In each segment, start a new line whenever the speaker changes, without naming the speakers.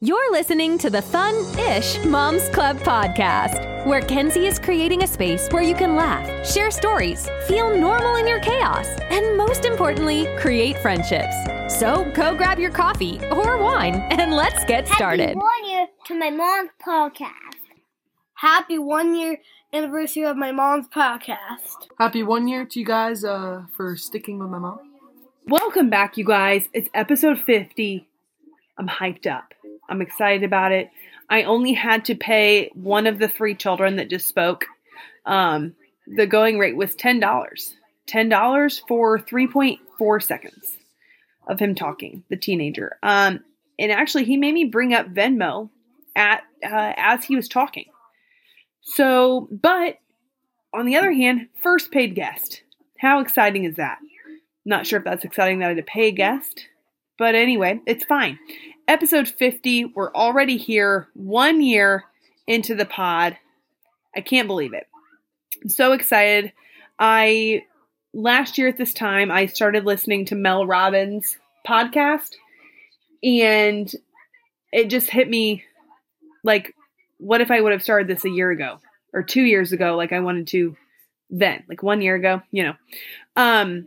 You're listening to the Fun Ish Moms Club podcast, where Kenzie is creating a space where you can laugh, share stories, feel normal in your chaos, and most importantly, create friendships. So go grab your coffee or wine and let's get started.
Happy one year to my mom's podcast. Happy one year anniversary of my mom's podcast.
Happy one year to you guys uh, for sticking with my mom.
Welcome back, you guys. It's episode 50. I'm hyped up. I'm excited about it. I only had to pay one of the three children that just spoke. Um, the going rate was $10. $10 for 3.4 seconds of him talking, the teenager. Um, and actually, he made me bring up Venmo at uh, as he was talking. So, but on the other hand, first paid guest. How exciting is that? Not sure if that's exciting that I had to pay a guest, but anyway, it's fine. Episode 50, we're already here, one year into the pod. I can't believe it. I'm so excited. I last year at this time I started listening to Mel Robbins podcast and it just hit me like what if I would have started this a year ago or 2 years ago like I wanted to then, like 1 year ago, you know. Um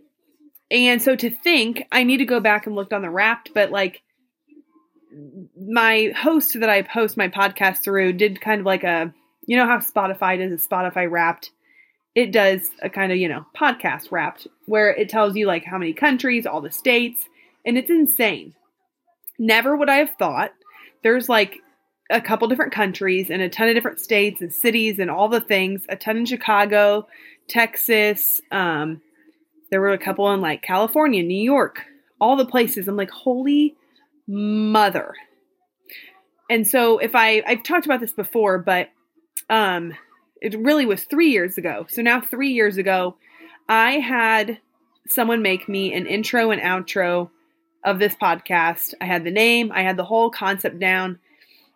and so to think, I need to go back and look on the Wrapped, but like my host that I post my podcast through did kind of like a, you know how Spotify does a Spotify Wrapped. It does a kind of you know podcast Wrapped where it tells you like how many countries, all the states, and it's insane. Never would I have thought there's like a couple different countries and a ton of different states and cities and all the things. A ton in Chicago, Texas, um, there were a couple in like California, New York, all the places. I'm like, holy mother. And so if I I've talked about this before, but um it really was three years ago. So now three years ago, I had someone make me an intro and outro of this podcast. I had the name, I had the whole concept down,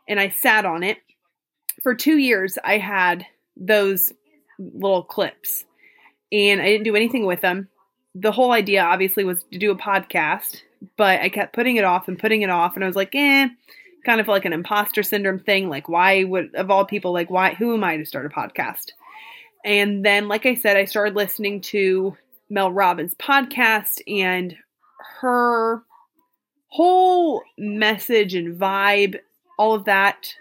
and I sat on it. For two years I had those little clips and I didn't do anything with them. The whole idea, obviously, was to do a podcast, but I kept putting it off and putting it off, and I was like, eh, kind of like an imposter syndrome thing. Like, why would, of all people, like, why, who am I to start a podcast? And then, like I said, I started listening to Mel Robbins' podcast, and her whole message and vibe, all of that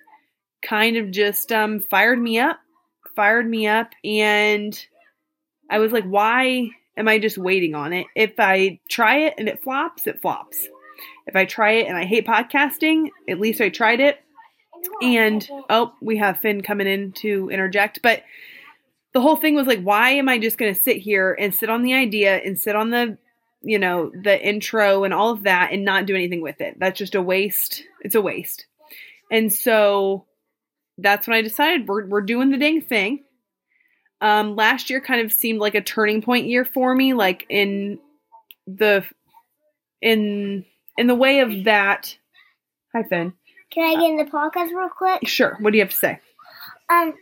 kind of just um, fired me up, fired me up, and I was like, why am I just waiting on it? If I try it and it flops, it flops. If I try it and I hate podcasting, at least I tried it. And oh, we have Finn coming in to interject. But the whole thing was like, why am I just going to sit here and sit on the idea and sit on the, you know, the intro and all of that and not do anything with it? That's just a waste. It's a waste. And so that's when I decided we're, we're doing the dang thing. Um, last year kind of seemed like a turning point year for me, like in the in in the way of that. Hi, Finn.
Can I get in the podcast real quick?
Sure. What do you have to say?
Um,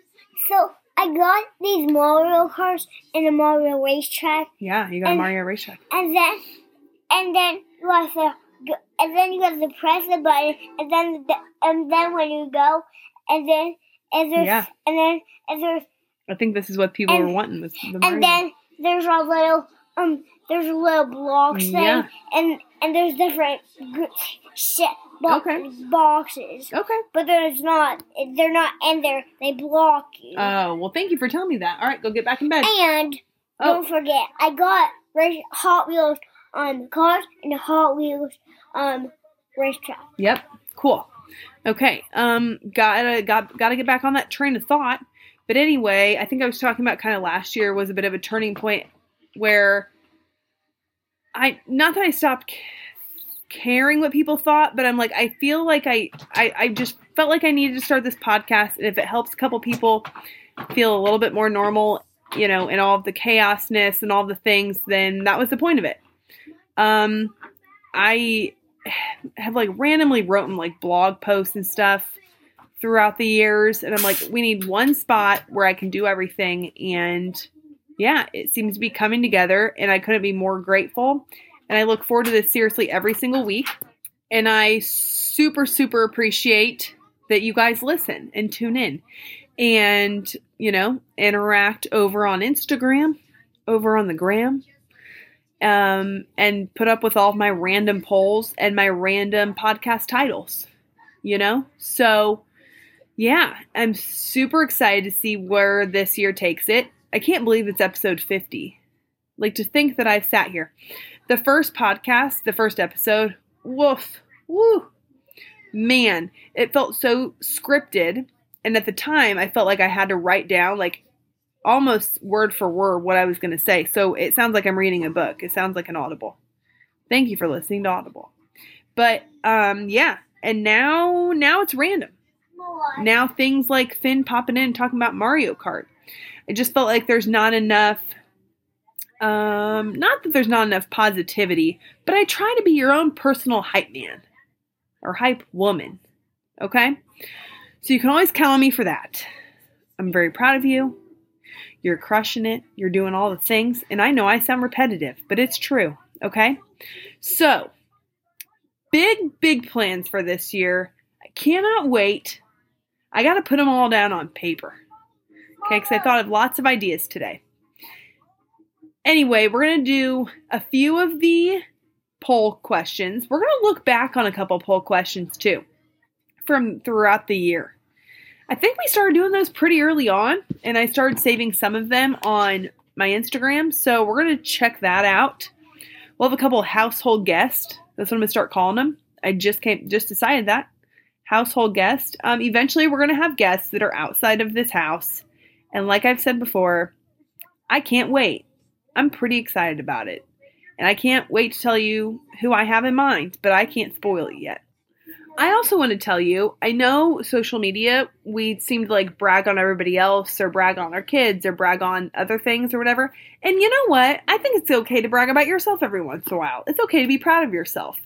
so I got these Mario cars in a Mario racetrack,
Yeah, you got a
And-
Mario racetrack.
and then and then you have to go, and then you have to press the button, and then the, and then when you go, and then and there's
Yeah.
and then and there's
I think this is what people
And-
were wanting. This the Mario.
and then there's a little um there's a little blocks thing
Yeah.
and and there's different gr- shit bo-
Okay.
boxes
okay.
but there's not they're not in there they block you
Oh well, thank you for telling me that. All right, go get back in bed.
and
Oh,
don't forget i got race, hot wheels on cars and hot wheels um racetrack
Yep. Cool. Okay. Um. Gotta got gotta get back on that train of thought. But anyway, I think I was talking about kind of last year was a bit of a turning point where I not that I stopped c- caring what people thought, but I'm like I feel like I I, I just felt like I needed to start this podcast, and if it helps a couple people feel a little bit more normal, you know, in all of the chaosness and all the things, then that was the point of it. Um, I have like randomly written like blog posts and stuff throughout the years and I'm like we need one spot where I can do everything and yeah it seems to be coming together and I couldn't be more grateful and I look forward to this seriously every single week And I super, super appreciate that you guys listen and tune in and, you know, interact over on Instagram, over on the gram, um, and put up with all of my random polls and my random podcast titles, you know? So, yeah, I'm super excited to see where this year takes it. I can't believe it's episode 50. Like to think that I've sat here. The first podcast, the first episode, woof, woo, man, it felt so scripted. And at the time, I felt like I had to write down, like, almost word for word what I was going to say. So it sounds like I'm reading a book. It sounds like an Audible. Thank you for listening to Audible. But um, yeah, and now now it's random
More.
now things like Finn popping in and talking about Mario Kart. I just felt like there's not enough um not that there's not enough positivity, but I try to be your own personal hype man or hype woman. Okay? So you can always count on me for that. I'm very proud of you. You're crushing it. You're doing all the things. And I know I sound repetitive, but it's true. Okay? So, big, big plans for this year. I cannot wait. I got to put them all down on paper. Okay, because I thought of lots of ideas today. Anyway, we're going to do a few of the poll questions. We're going to look back on a couple poll questions too from throughout the year. I think we started doing those pretty early on, and I started saving some of them on my Instagram. So we're going to check that out. We'll have a couple household guests. That's what I'm going to start calling them. I just came, just decided that household guest. Um, eventually, we're going to have guests that are outside of this house. And like I've said before, I can't wait. I'm pretty excited about it. And I can't wait to tell you who I have in mind, but I can't spoil it yet. I also want to tell you I know social media, we seem to like brag on everybody else or brag on our kids or brag on other things or whatever. And you know what? I think it's okay to brag about yourself every once in a while. It's okay to be proud of yourself.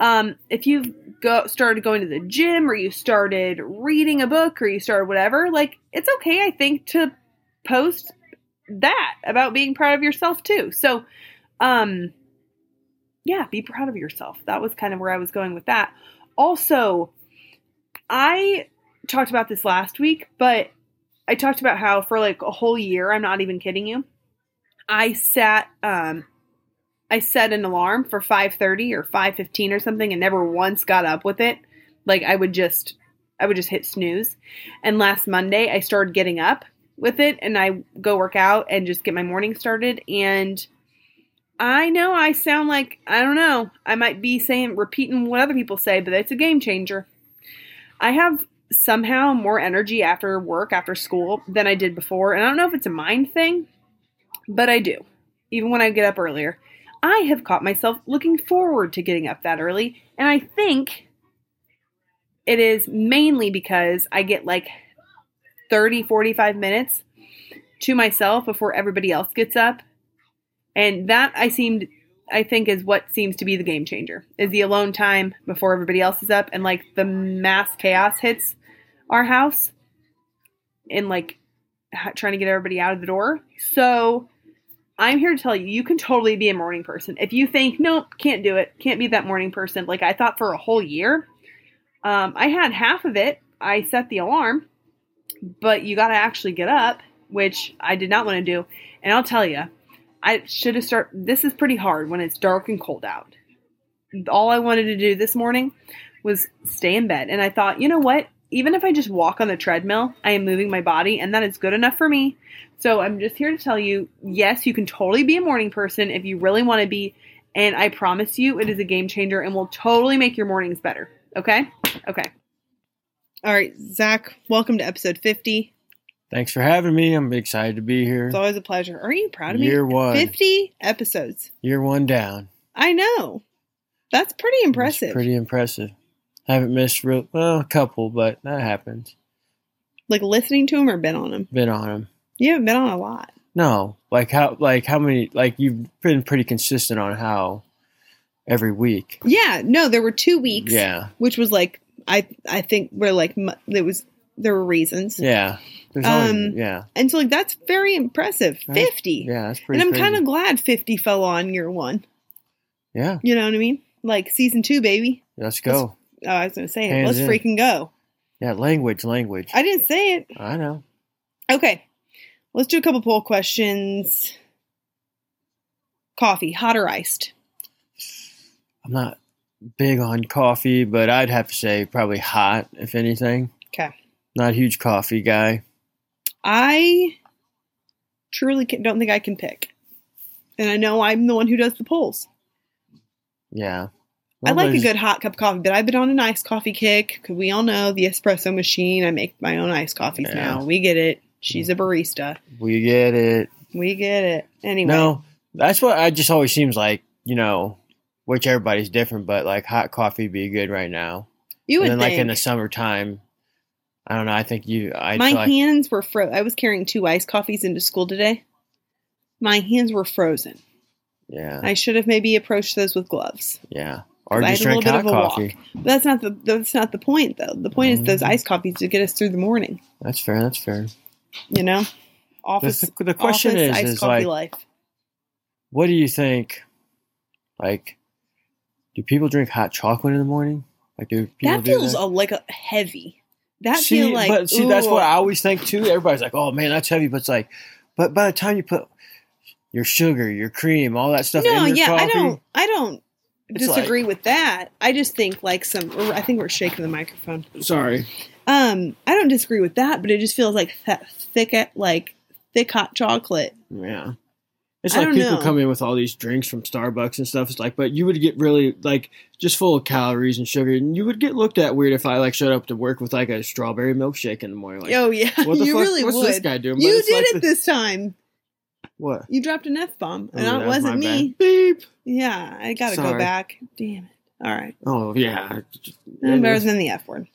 Um, if you've go started going to the gym or you started reading a book or you started whatever, like it's okay, I think, to post that about being proud of yourself too. So, um, yeah, be proud of yourself. That was kind of where I was going with that. Also, I talked about this last week, but I talked about how for like a whole year, I'm not even kidding you. I sat um I set an alarm for 5:30 or 5:15 or something and never once got up with it. Like I would just I would just hit snooze. And last Monday I started getting up with it and I go work out and just get my morning started and I know I sound like I don't know. I might be saying repeating what other people say, but it's a game changer. I have somehow more energy after work, after school than I did before, and I don't know if it's a mind thing, but I do. Even when I get up earlier, I have caught myself looking forward to getting up that early, and I think it is mainly because I get like 30 45 minutes to myself before everybody else gets up and that I seemed I think is what seems to be the game changer is the alone time before everybody else is up and like the mass chaos hits our house and like ha- trying to get everybody out of the door. So I'm here to tell you, you can totally be a morning person. If you think, nope, can't do it, can't be that morning person, like I thought for a whole year, um, I had half of it. I set the alarm, but you got to actually get up, which I did not want to do. And I'll tell you, I should have started. This is pretty hard when it's dark and cold out. All I wanted to do this morning was stay in bed. And I thought, you know what? Even if I just walk on the treadmill, I am moving my body, and that is good enough for me. So I'm just here to tell you yes, you can totally be a morning person if you really want to be. And I promise you, it is a game changer and will totally make your mornings better. Okay? Okay. All right, Zach, welcome to episode 50.
Thanks for having me. I'm excited to be here.
It's always a pleasure. Are you proud of me?
Year one.
50 episodes.
Year one down.
I know. That's pretty
It's
impressive.
pretty impressive. Haven't missed real well a couple, but that happens.
Like listening to them or been on them.
Been on them.
You haven't been on a lot.
No, like how like how many like you've been pretty consistent on how every week.
Yeah, no, there were two weeks.
Yeah,
which was like I I think were like mu- there was there were reasons,
yeah. There's always,
Um,
yeah,
and so like that's very impressive.
That's-
Fifty,
yeah. That's pretty.
and I'm
crazy.
kind of glad fifty fell on year one.
yeah.
You know what I mean? Like season two, baby.
Let's go.
Oh, I was gonna say it.
Hands
Let's
in.
freaking go.
Yeah, language, language. I,
I didn't say it.
know.
Okay. Let's do a couple poll questions. Coffee, hot or iced?
I'm not big on coffee, but I'd have to say probably hot, if anything.
Okay.
Not a huge coffee guy.
I truly can, don't think I can pick. And I know I'm the one who does the polls.
Yeah.
I like a
Nobody's-
good hot cup of coffee, but I've been on an iced coffee kick. 'Cause We all know the espresso machine. I make my own iced coffees
Yeah.
now. We get it. She's a barista.
We get it.
We get it. Anyway.
No, that's what I just always seems like, you know, which everybody's different, but like hot coffee be good right now.
You would
and then
think.
like in the summertime, I don't know. I think you, I
my
feel like,
hands were fro. I was carrying two iced coffees into school today. My hands were frozen.
yeah,
I should have maybe approached those with gloves.
yeah. Or
I
just
had a
drink
little
hot
bit of a walk.
coffee.
But that's not the that's not the point though. The point is those
Mm.
iced coffees to get us through the morning.
That's fair. That's fair.
You know, office.
the, the question
office,
is,
iced
is
coffee
like,
life.
what do you think? Like, do people drink hot chocolate in the morning? Like, do people
That
do
feels
that?
a, like a heavy. That
see,
feels like.
but see, that's what
ooh.
I always think too. Everybody's like, "Oh man, that's heavy," but it's like, but by the time you put your sugar, your cream, all that stuff
No,
in your
yeah,
coffee,
I don't. I don't
It's like-
disagree with that. I just think like some. I think we're shaking the microphone.
Sorry.
Um, I don't disagree with that, but it just feels like th- thick, like thick hot chocolate.
Yeah. It's
I
like
don't
people
know.
come in with all these drinks from Starbucks and stuff. It's like, but you would get really like just full of calories and sugar, and you would get looked at weird if I like showed up to work with like a strawberry milkshake in the morning. Like,
oh yeah,
what the
you
fuck?
really
What's
would.
this guy doing? But
you
it's
did
like
it
the-
this time.
What?
You dropped an f bomb, and
Oh,
it
that's
wasn't
my bad.
me.
Beep.
Yeah, I gotta go
Sorry.
back. Damn it! All right,
Oh yeah.
I'm embarrassed in the f word.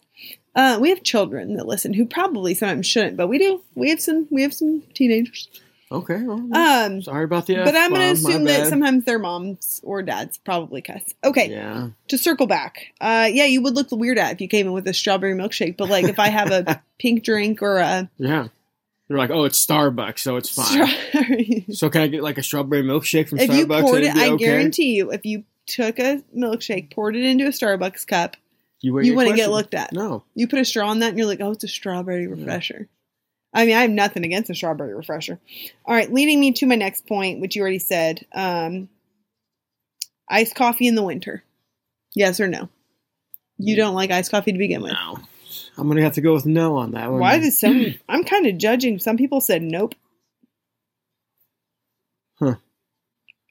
Uh, we have children that listen who probably sometimes shouldn't, but we do. We have some. We have some teenagers.
Okay. Well,
Um,
sorry about the.
but I'm going to
F-bomb, my
assume that
bad.
sometimes their moms or dads probably cuss. Okay,
Yeah.
to circle back, uh, yeah, you would look weird at if you came in with a strawberry milkshake, but like if I have a pink drink or a
Yeah. They're like, oh, it's Starbucks, so it's fine.
strawberry,
so can I get like a strawberry milkshake from
if
Starbucks?
you poured
and
it,
it'd be
I
okay?
guarantee you, if you took a milkshake, poured it into a Starbucks cup,
you,
you wouldn't get
questioned.
looked at.
No.
You put a straw in that, and you're like, oh, it's a strawberry refresher. I mean, I have nothing against a strawberry refresher. All right, leading me to my next point, which you already said. Um, iced coffee in the winter. Yes or no? You don't like iced coffee to begin with.
No. I'm gonna have to go with no Um, on that one.
Why does some? I'm kind of judging. Some people said nope.
Huh.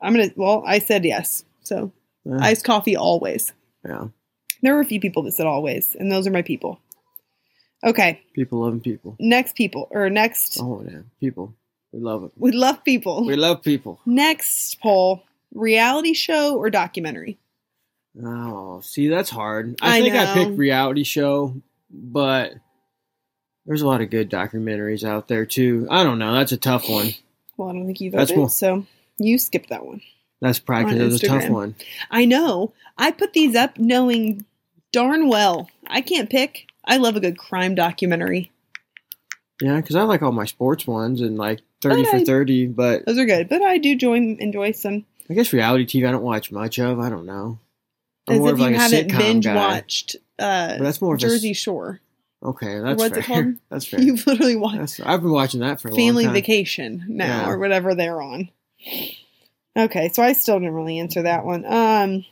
I'm gonna. Well, I said yes. So
Yeah.
iced coffee always.
yeah.
There were a few people that said always, and those are my people. Okay,
People loving people.
next people or next.
Oh yeah. People. We love it.
We love people.
We love people.
Next poll reality show or documentary?
Oh, see, that's hard. I,
I
think
know.
I picked reality show, but there's a lot of good documentaries out there too. I don't know. That's a tough one.
Well, I don't think you voted,
That's cool.
so you skipped that one.
That's probably
On
'cause it's a tough
Instagram.
one.
I know. I put these up knowing darn well I can't pick. I love a good crime documentary.
Yeah, because I like all my sports ones and like 30
But
for
I-
30, but
Those are good, but I do join, enjoy some.
I guess reality TV I don't watch much of. I don't know. I'm
As
more
if
of
you
like a
haven't
sitcom
binge
guy.
watched
But
uh,
that's more of
Jersey Shore.
A, okay, that's
What's it
fair.
called?
That's fair.
You've literally watched
That's, I've been watching that for a
Family
long time.
Vacation now,
Yeah.
or whatever they're on. Okay, so I still didn't really answer that one. Um,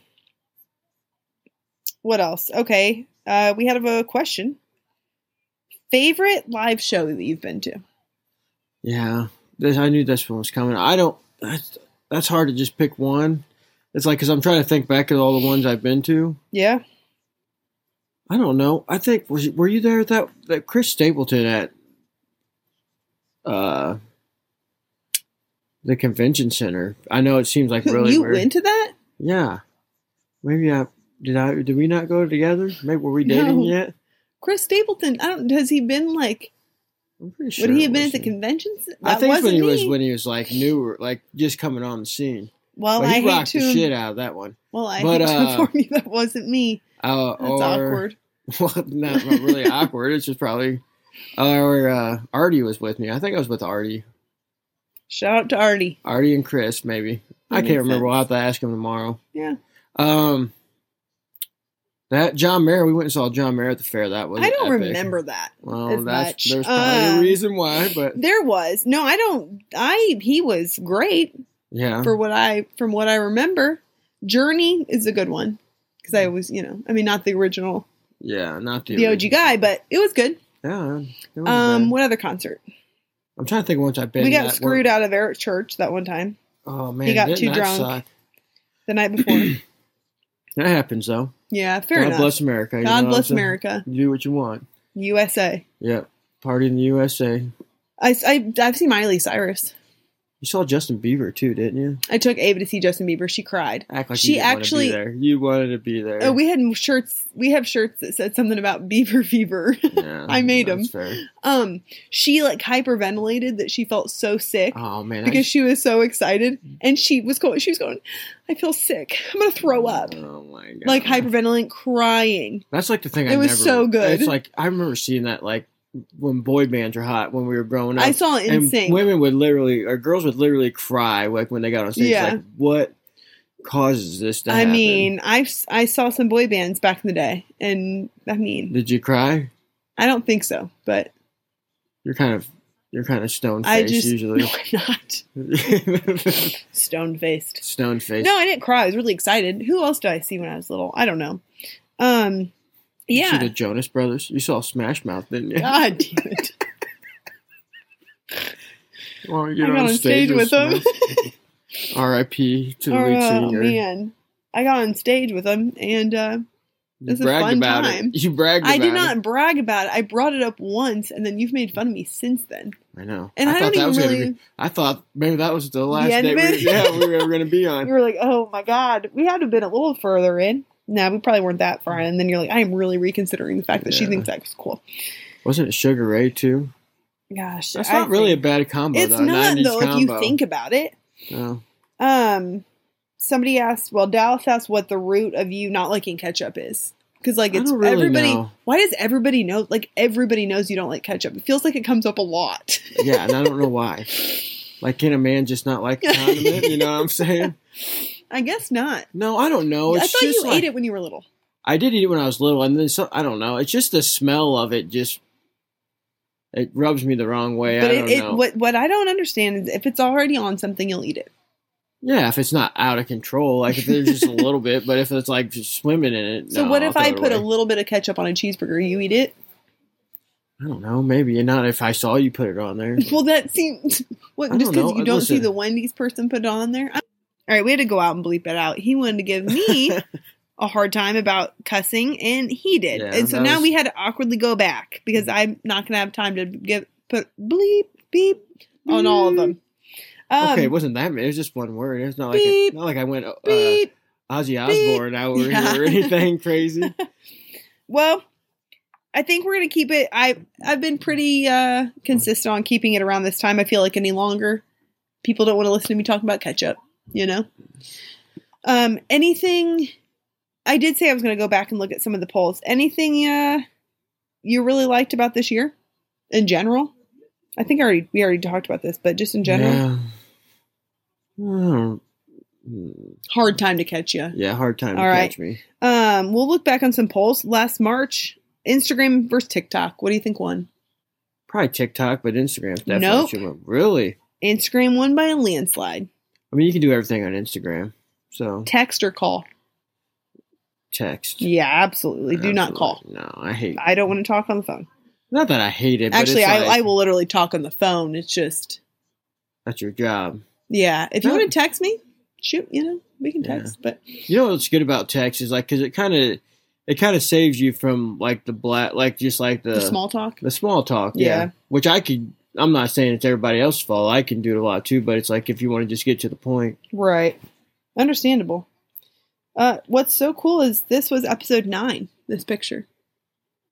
what else? Okay, uh, we had a question. Favorite live show that you've been to?
Yeah, this, I knew this one was coming. I don't. That's, that's hard to just pick one. It's like because I'm trying to think back at all the ones I've been to.
Yeah,
I don't know. I think was you- were you there at that that Chris Stapleton at uh the convention center? I know it seems like
Who-
really
you
weird.
went to that?
Yeah. Maybe I did I did we not go together? Maybe were we dating
No.
yet?
Chris Stapleton. I don't. Has he been like?
I'm pretty sure.
Would he
it
have been at
was
the
him.
conventions? That
I think it's when
wasn't
he was
me.
when he was like newer, like just coming on the scene.
well,
But
Oh, I
he
hate
rocked
to.
the shit out of that one.
well, I
But,
hate to
uh,
inform you that wasn't me.
Uh,
That's
or,
awkward.
Well, not, not really awkward. It's just probably. Or uh, Artie was with me. I think I was with Artie.
Shout out to Artie.
Artie and Chris, maybe.
That
I can't
makes
remember. We'll
sense.
have to ask him tomorrow.
Yeah.
Um, That John Mayer, we went and saw John Mayer at the fair. That was
I don't
epic.
remember that.
Well,
as
that's
much.
there's probably
Uh,
a reason why, but
There was no, I don't. I he was great
yeah,
for what I from what I remember. Journey is a good one because I was, you know, I mean, not the original,
yeah, not the,
the OG guy, but it was good.
Yeah, it wasn't
Um,
bad.
what other concert?
I'm trying to think. of Once I've been,
we got
that
screwed
worked-
out of Eric's church that one time
Oh man,
He got
didn't
too
that
drunk.
suck?
the night before.
That happens though.
yeah, fair
God
enough.
bless America. you know
God
what I'm
bless
saying?
America,
You do what you want.
USA.
Yeah, party in the USA.
I, I I've seen Miley Cyrus.
You saw Justin Bieber too, didn't you?
I took Ava to see Justin Bieber. She cried.
Act like
She
you didn't
actually-
want to be there. You wanted to be there.
Oh, we had shirts. We have shirts that said something about Bieber fever.
Yeah,
I made
that's
'em.
fair.
um, she like hyperventilated that she felt so sick
Oh Mm-hmm. man,
because she was so excited, and she was going. She was going. I feel sick. I'm gonna throw up.
Oh my god,
Like hyperventilating, crying.
That's like the thing. I
It was
never-
so good.
It's like I remember seeing that like when boy bands were hot when we were growing up.
I saw it in
and
sync.
women would literally or girls would literally cry like when they got on stage.
Yeah.
Like what causes this to
I
happen?
mean, I I saw some boy bands back in the day, and I mean,
did you cry?
I don't think so, but
You're kind of you're kind of stone
I
faced
just
usually.
no, I'm not stone faced.
stone faced.
No, I didn't cry. I was really excited. Who else did I see when I was little? I don't know. Um,
You see the
yeah.
Jonas Brothers. You saw Smash Mouth, didn't you?
God damn it.
Well, you
I got on stage with them.
R.I.P. to the lead
Oh
singer.
man, I got on stage with them, and uh,
You
This is
bragged
fun
about
time.
it. You bragged about
I
it.
did not brag about it. I brought it up once, and then you've made fun of me since then.
I know.
And I, don't
thought that
even
was gonna
really.
Be, I thought maybe that was the last
end
day.
of it?
We, yeah, we were ever going to be
You
on.
were like, "Oh my god, we had to have been a little further in." Nah, we probably weren't that far. in. And then you're like, "I am really reconsidering the fact that she
Yeah.
thinks that was cool."
Wasn't it Sugar Ray too?
Gosh,
That's
I
not really a
think-
bad combo.
It's
though, a
not
90s
though.
combo. Oh,
If you think about it,
No.
Um, somebody asked. Well, Dallas asked what the root of you not liking ketchup is. Because like
I
it's
don't really
everybody.
know.
Why does everybody know? Like everybody knows you don't like ketchup. It feels like it comes up a lot.
yeah, and I don't know why. Like, can a man just not like the condiment? You know what I'm saying?
I guess not.
No, I don't know. It's
I thought
just
you
like,
ate it when you were little.
I did eat it when I was little, and then so, I don't know. It's just the smell of it. Just it rubs me the wrong way.
but
I
it,
don't
it
know.
what what I don't understand is if it's already on something, you'll eat it.
yeah, if it's not out of control, like if there's just a little bit, but if it's like just swimming in it.
So
no,
what
I'll
if I
throw it
put a
away.
little bit of ketchup on a cheeseburger? You eat it?
I don't know. Maybe not if I saw you put it on there.
Well, that seems what
I don't
just because
know.
you don't see
Listen.
the Wendy's person put it on there. I- All right, we had to go out and bleep it out. He wanted to give me a hard time about cussing, and he did.
Yeah,
and so
that
now
was- Mm.
we had to awkwardly go back because I'm not going to have time to get put bleep beep on all of them. Um,
Mm. okay, it wasn't that many. It was just one word. It's not like
beep,
it, not like I went uh,
beep.
Ozzy
beep.
Osbourne hour
Yeah.
or anything crazy.
Well, I think we're going to keep it. I I've been pretty uh, consistent on keeping it around this time. I feel like any longer, people don't want to listen to me talk about ketchup. You know. Um. Anything? I did say I was going to go back and look at some of the polls. Anything uh, you really liked about this year, in general? I think I already we already talked about this, but just in general,
Yeah. Hmm. Hmm.
hard time to catch you.
Yeah, hard time
All
to
right.
catch me.
Um. We'll look back on some polls last March. Instagram versus TikTok. What do you think won?
Probably TikTok, but Instagram definitely
Nope.
should win. Really?
Instagram won by a landslide.
I mean, you can do everything on Instagram. So
text or call.
text.
Yeah, absolutely. Do not call.
Absolutely. No, I hate.
I don't want to talk on the phone.
Not that I hate it.
Actually,
but
I,
it's
I
like,
will literally talk on the phone. It's just,
That's your job.
yeah. If you
No.
want to text me, shoot, you know, we can
Yeah.
text. But
You know what's good about text is like because it kind of it kind of saves you from like the black like just like the,
the small talk,
the small talk. Yeah.
Yeah.
Which I could. I'm not saying it's everybody else's fault. I can do it a lot too, but it's like if you want to just get to the point.
right? Understandable. Uh, what's so cool is this was episode nine. This picture,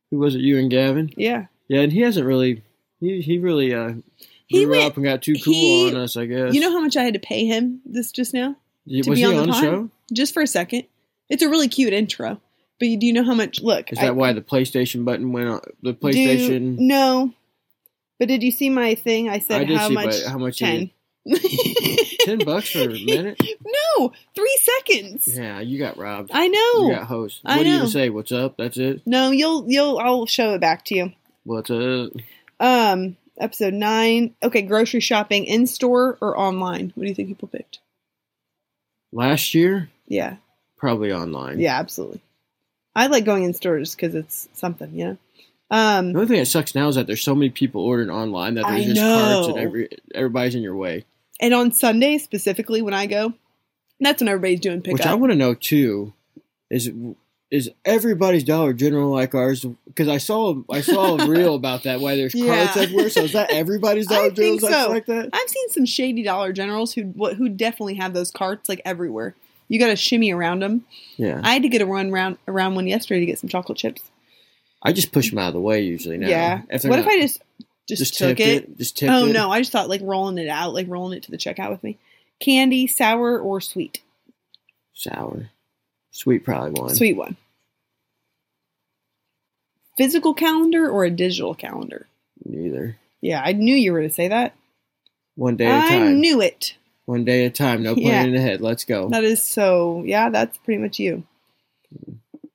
Who was it? You and Gavin.
yeah.
Yeah, and he hasn't really. He he really uh.
He
grew
went-
up and got too cool
he-
on us. I guess.
You know how much I had to pay him this just now,
Y-
to
was
be
he
on the
on the,
pod?
show?
just for a second. It's a really cute intro, but you, do you know how much? Look,
Is
I-
that why the PlayStation button went on? The
Do-
PlayStation.
no. But did you see my thing? I said
I did
how
see,
much
but how much did
ten.
Ten bucks for a minute?
No, three seconds.
Yeah, you got robbed.
I know.
You got host. What
I
do you
know.
even say? What's up? That's it.
No, you'll you'll I'll show it back to you.
What's up?
Um, episode nine. Okay, grocery shopping in store or online. What do you think people picked?
Last year,
Yeah,
probably online.
yeah, absolutely. I like going in stores because it's something, you know. Um,
The only thing that sucks now is that there's so many people ordering online that
I
there's just carts and
know.
every everybody's in your way.
And on Sunday specifically, when I go, that's when everybody's doing pickup.
Which I want to know too is is everybody's Dollar General like ours? Because I saw I saw a reel about that. Why there's carts
Yeah.
everywhere? So is that everybody's
I
Dollar General
think so.
like that?
I've seen some shady Dollar Generals who wh- who definitely have those carts like everywhere. You got to shimmy around them.
Yeah,
I had to get a run round around one yesterday to get some chocolate chips.
I just push them out of the way usually. Now,
Yeah.
If they're
what if
not-
I just just, took
tipped
it?
Just tipped
Oh
it.
no, I just thought like rolling it out, like rolling it to the checkout with me. Candy, sour or sweet?
Sour, sweet probably one.
Sweet one. Physical calendar or a digital calendar?
Neither.
Yeah, I knew you were going to say that.
One day at a
I
time.
knew it.
One day at a time. No
Yeah.
planning ahead. Let's go.
That is so. Yeah, that's pretty much you.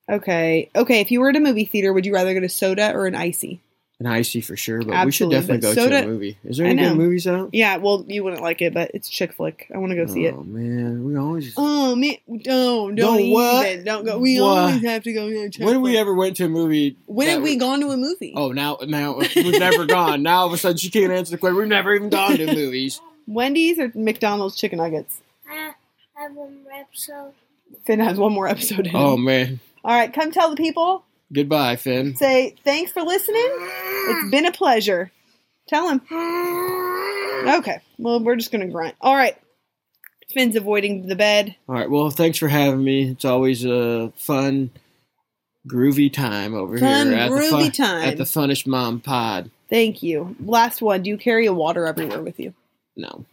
Okay. Okay. If you were at a movie theater, would you rather get a soda or an icy?
An icy for sure, but we should
Absolutely,
definitely go
but
to a
soda-
movie. Is there
I
any
know.
good movies out?
Yeah. Well, you wouldn't like it, but it's chick flick. I want to go see it.
Oh man, we always.
Oh man! Don't don't,
Don't what?
even don't go. We
Why?
always have to go. to chick
when have we
flick.
ever went to a movie?
When
that
have we
was-
gone to a movie?
Oh, now now we've never gone. Now all of a sudden she can't answer the question. We've never even gone to movies.
Wendy's or McDonald's chicken nuggets?
I have one rep, so
Finn has one more episode. In.
Oh
him.
man,
All right, come tell the people.
goodbye, Finn.
Say thanks for listening. It's been a pleasure. Tell him. Okay. Well, we're just gonna grunt. All right. Finn's avoiding the bed.
All right, well, thanks for having me. It's always a fun, groovy time over
Fun,
here at the
groovy
fun,
time.
at the Funnish Mom Pod.
Thank you. Last one. Do you carry a water everywhere with you?
No,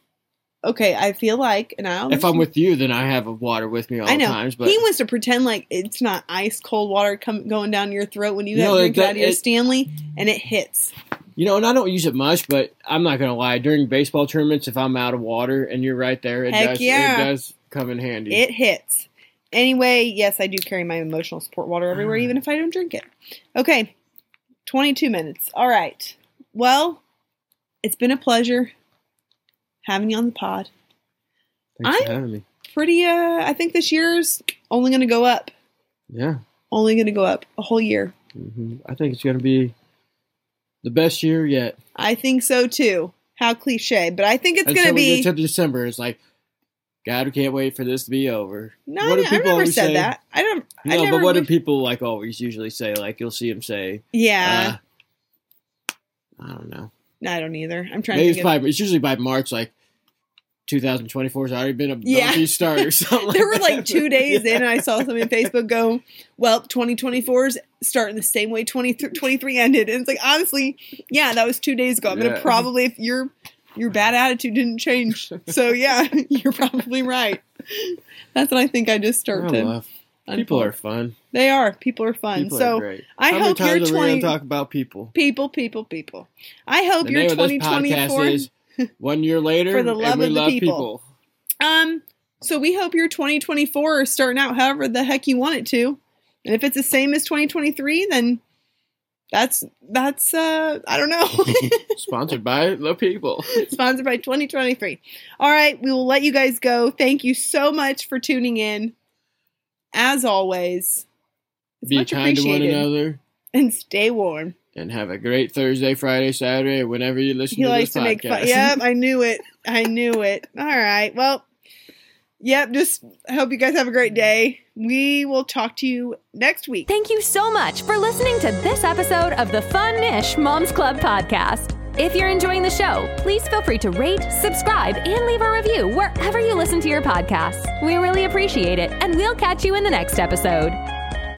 Okay. I feel like, and I.
if I'm with you, then I have a water with me all
Um, I know.
the times. But
he wants to pretend like it's not ice cold water come, going down your throat when you have
No, it
drink it
do-
out of your
it-
Stanley, and it hits.
You know, and I don't use it much, but I'm not gonna lie. During baseball tournaments, if I'm out of water and you're right there, it
Heck
does
yeah.
it does come in handy.
It hits. Anyway, yes, I do carry my emotional support water everywhere, even if I don't drink it. Okay, 22 minutes. All right. Well, it's been a pleasure having you on the pod.
Thanks for
I'm-
having me.
Pretty, uh, I think this year's only going to go up.
Yeah,
Only going to go up a whole year.
hmm I think it's gonna be the best year yet.
I think so too. How cliche, but I think it's
Until
going to
we
be.
get to December. It's like, God, we can't wait for this to be over.
No,
What do
I, I
people
never
always
said
say?
that. I don't. I
No,
never
but what do
would-
people like always usually say? Like you'll see them say,
yeah,
uh, I don't know.
no, I don't either. I'm trying
Maybe
to.
it's
Think of-
by it's usually by March, like 2024 has already been a bumpy
Yeah.
start or something.
there were
that.
like two days
Yeah.
in, and I saw something on Facebook go, "Well, 2024's starting the same way 2023 ended." And it's like, honestly, yeah, that was two days ago. I'm gonna
Yeah.
probably if your your bad attitude didn't change. So yeah, you're probably right. That's what I think. I just started.
I love-
to
Oh, People are
unfold.
fun.
They are. People are fun.
People
so
are great.
I
How many
hope
times
you're
are we gonna
20
talk about people.
people, people, people. I hope
The
you're
name of this
2024.
podcast is One Year Later
For the Love
and We
of the
Love
People.
people.
Um, so we hope your 2024 is starting out however the heck you want it to. And if it's the same as 2023, then that's that's uh I don't know.
Sponsored by the people.
Sponsored by 2023. All right, we will let you guys go. Thank you so much for tuning in. As always, it's
Be
much
kind to one
appreciated.
another
and stay warm.
and have a great Thursday, Friday, Saturday, whenever you listen
He
to
likes
this
to
podcast.
make fun. Yep, I knew it. I knew it. All right. Well, yep. Just hope you guys have a great day. We will talk to you next week.
Thank you so much for listening to this episode of the Fun-ish Moms Club podcast. If you're enjoying the show, please feel free to rate, subscribe, and leave a review wherever you listen to your podcasts. We really appreciate it, and we'll catch you in the next episode.